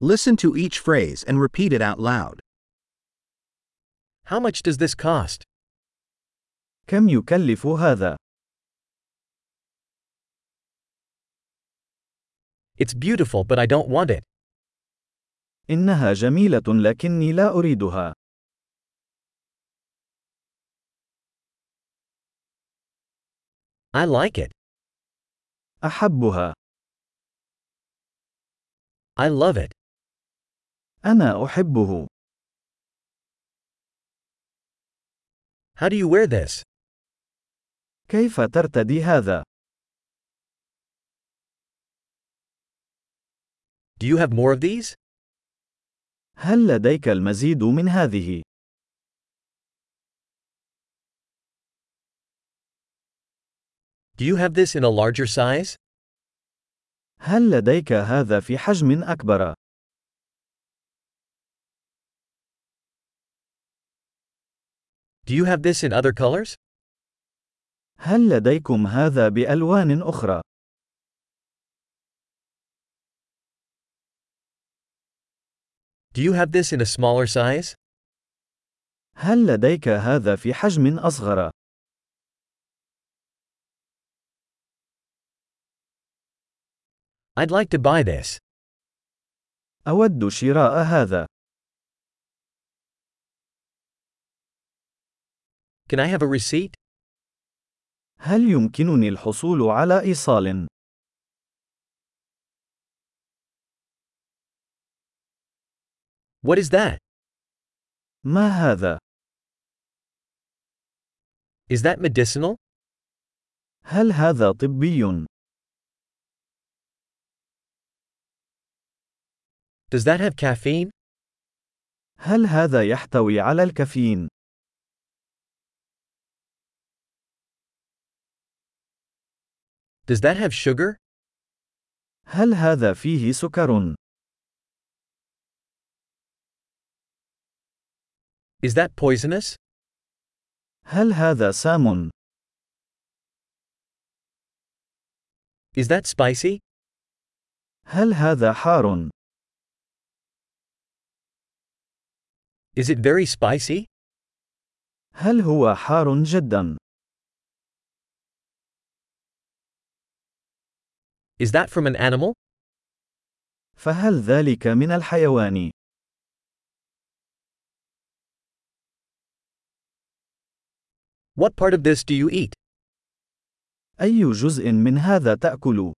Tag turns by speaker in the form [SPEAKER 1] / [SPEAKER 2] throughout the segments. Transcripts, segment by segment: [SPEAKER 1] Listen to each phrase and repeat it out loud.
[SPEAKER 2] How much does this cost?
[SPEAKER 3] كم يكلف هذا؟
[SPEAKER 2] It's beautiful but I don't want it.
[SPEAKER 3] إنها جميلة لكني لا أريدها.
[SPEAKER 2] I like it.
[SPEAKER 3] أحبها.
[SPEAKER 2] I love it.
[SPEAKER 3] أنا أحبه.
[SPEAKER 2] How do you wear this?
[SPEAKER 3] كيف ترتدي هذا؟
[SPEAKER 2] Do you have more of these?
[SPEAKER 3] هل لديك المزيد من هذه؟
[SPEAKER 2] Do you have this in a larger size?
[SPEAKER 3] هل لديك هذا في حجم أكبر؟
[SPEAKER 2] Do you have this in other colors?
[SPEAKER 3] هل لديكم هذا بألوان أخرى؟
[SPEAKER 2] Do you have this in a smaller size?
[SPEAKER 3] هل لديك هذا في حجم أصغر؟
[SPEAKER 2] I'd like to buy this.
[SPEAKER 3] أود شراء هذا.
[SPEAKER 2] Can I have a receipt?
[SPEAKER 3] هل يمكنني الحصول على إيصال؟
[SPEAKER 2] What is that?
[SPEAKER 3] ما هذا؟
[SPEAKER 2] Is that medicinal?
[SPEAKER 3] هل هذا طبي؟
[SPEAKER 2] Does that have caffeine?
[SPEAKER 3] هل هذا يحتوي على الكافيين؟
[SPEAKER 2] Does that have sugar?
[SPEAKER 3] هل هذا فيه سكر؟
[SPEAKER 2] Is that poisonous?
[SPEAKER 3] هل هذا سام؟
[SPEAKER 2] Is that spicy?
[SPEAKER 3] هل هذا حار؟
[SPEAKER 2] Is it very spicy?
[SPEAKER 3] هل هو حار جدا؟
[SPEAKER 2] Is that from an animal?
[SPEAKER 3] فهل ذلك من الحيوان؟
[SPEAKER 2] What part of this do you eat?
[SPEAKER 3] أي جزء من هذا تأكل؟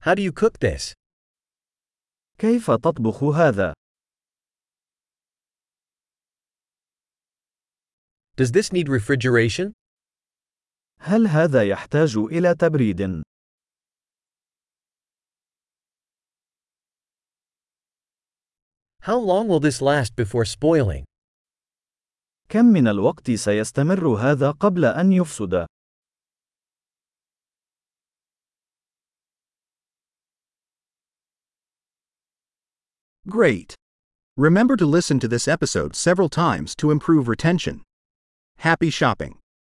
[SPEAKER 2] How do you cook this?
[SPEAKER 3] كيف تطبخ هذا؟
[SPEAKER 2] Does this need refrigeration?
[SPEAKER 3] هل هذا يحتاج إلى تبريد؟
[SPEAKER 2] How long will this last before spoiling?
[SPEAKER 3] كم من الوقت سيستمر هذا قبل أن يفسد؟
[SPEAKER 1] Great! Remember to listen to this episode several times to improve retention. Happy shopping!